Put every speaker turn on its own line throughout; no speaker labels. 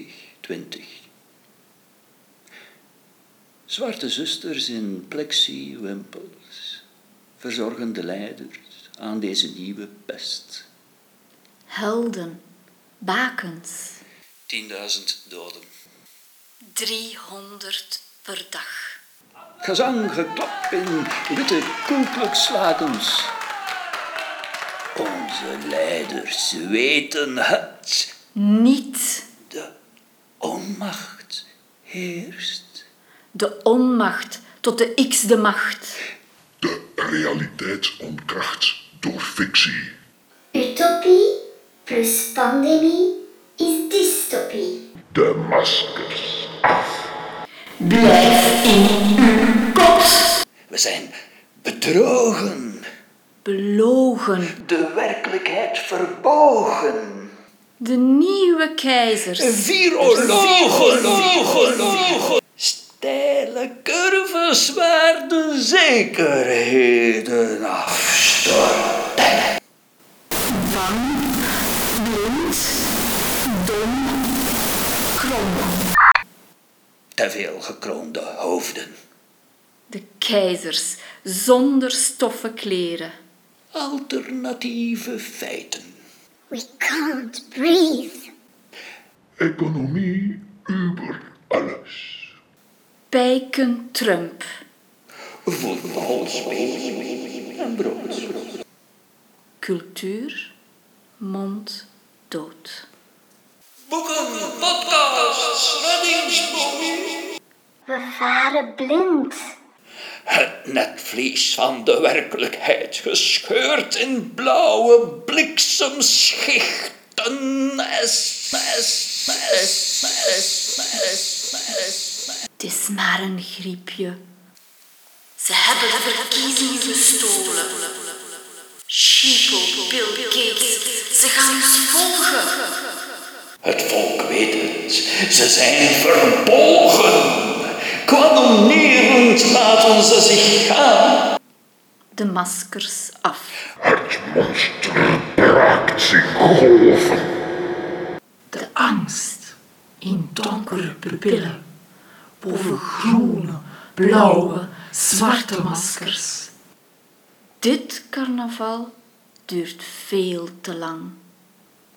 2020. Zwarte zusters in plexiwimpels verzorgen de leiders aan deze nieuwe pest.
Helden, bakens,
10.000 doden.
300 per dag.
Gezang, geklap in witte koekelijkslakens. Onze leiders weten het.
Niet.
De onmacht heerst.
De onmacht tot de x-de macht.
De realiteit ontkracht door fictie.
Utopie plus pandemie is dystopie.
De maskers af.
Blijf in uw kot.
We zijn bedrogen.
Belogen.
De werkelijkheid verbogen.
De nieuwe keizers.
Virologen. Steile curves waar de zekerheden afstorten. Te veel gekroonde hoofden.
De keizers zonder stoffen kleren.
Alternatieve feiten.
We can't breathe.
Economie over alles.
Pijken Trump.
Voetbalspelen en brood.
Cultuur. Mond dood.
Boeken, podcasts, reddingsboeien.
We varen blind.
Het netvlies van de werkelijkheid gescheurd in blauwe bliksemschichten. Es, es, es, es, es, es.
Het is maar een griepje. Ze hebben de verkiezingen gestolen. Chico, Bill Gates, ze gaan ons volgen.
Het volk weet het, ze zijn verbolgen. Kwanonerend laten ze zich gaan.
De maskers af.
Het monster braakt zich golven.
De angst in donkere pupillen. Boven
groene, blauwe, zwarte maskers.
Dit carnaval duurt veel te lang.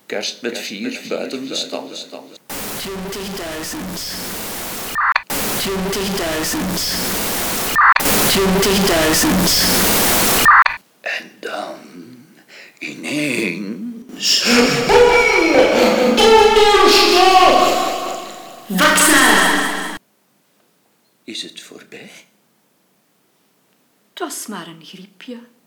Kerst met vier buiten de stad.
20.000. 20.000. 20.000.
En dan ineens. Is het voorbij?
Het was maar een griepje.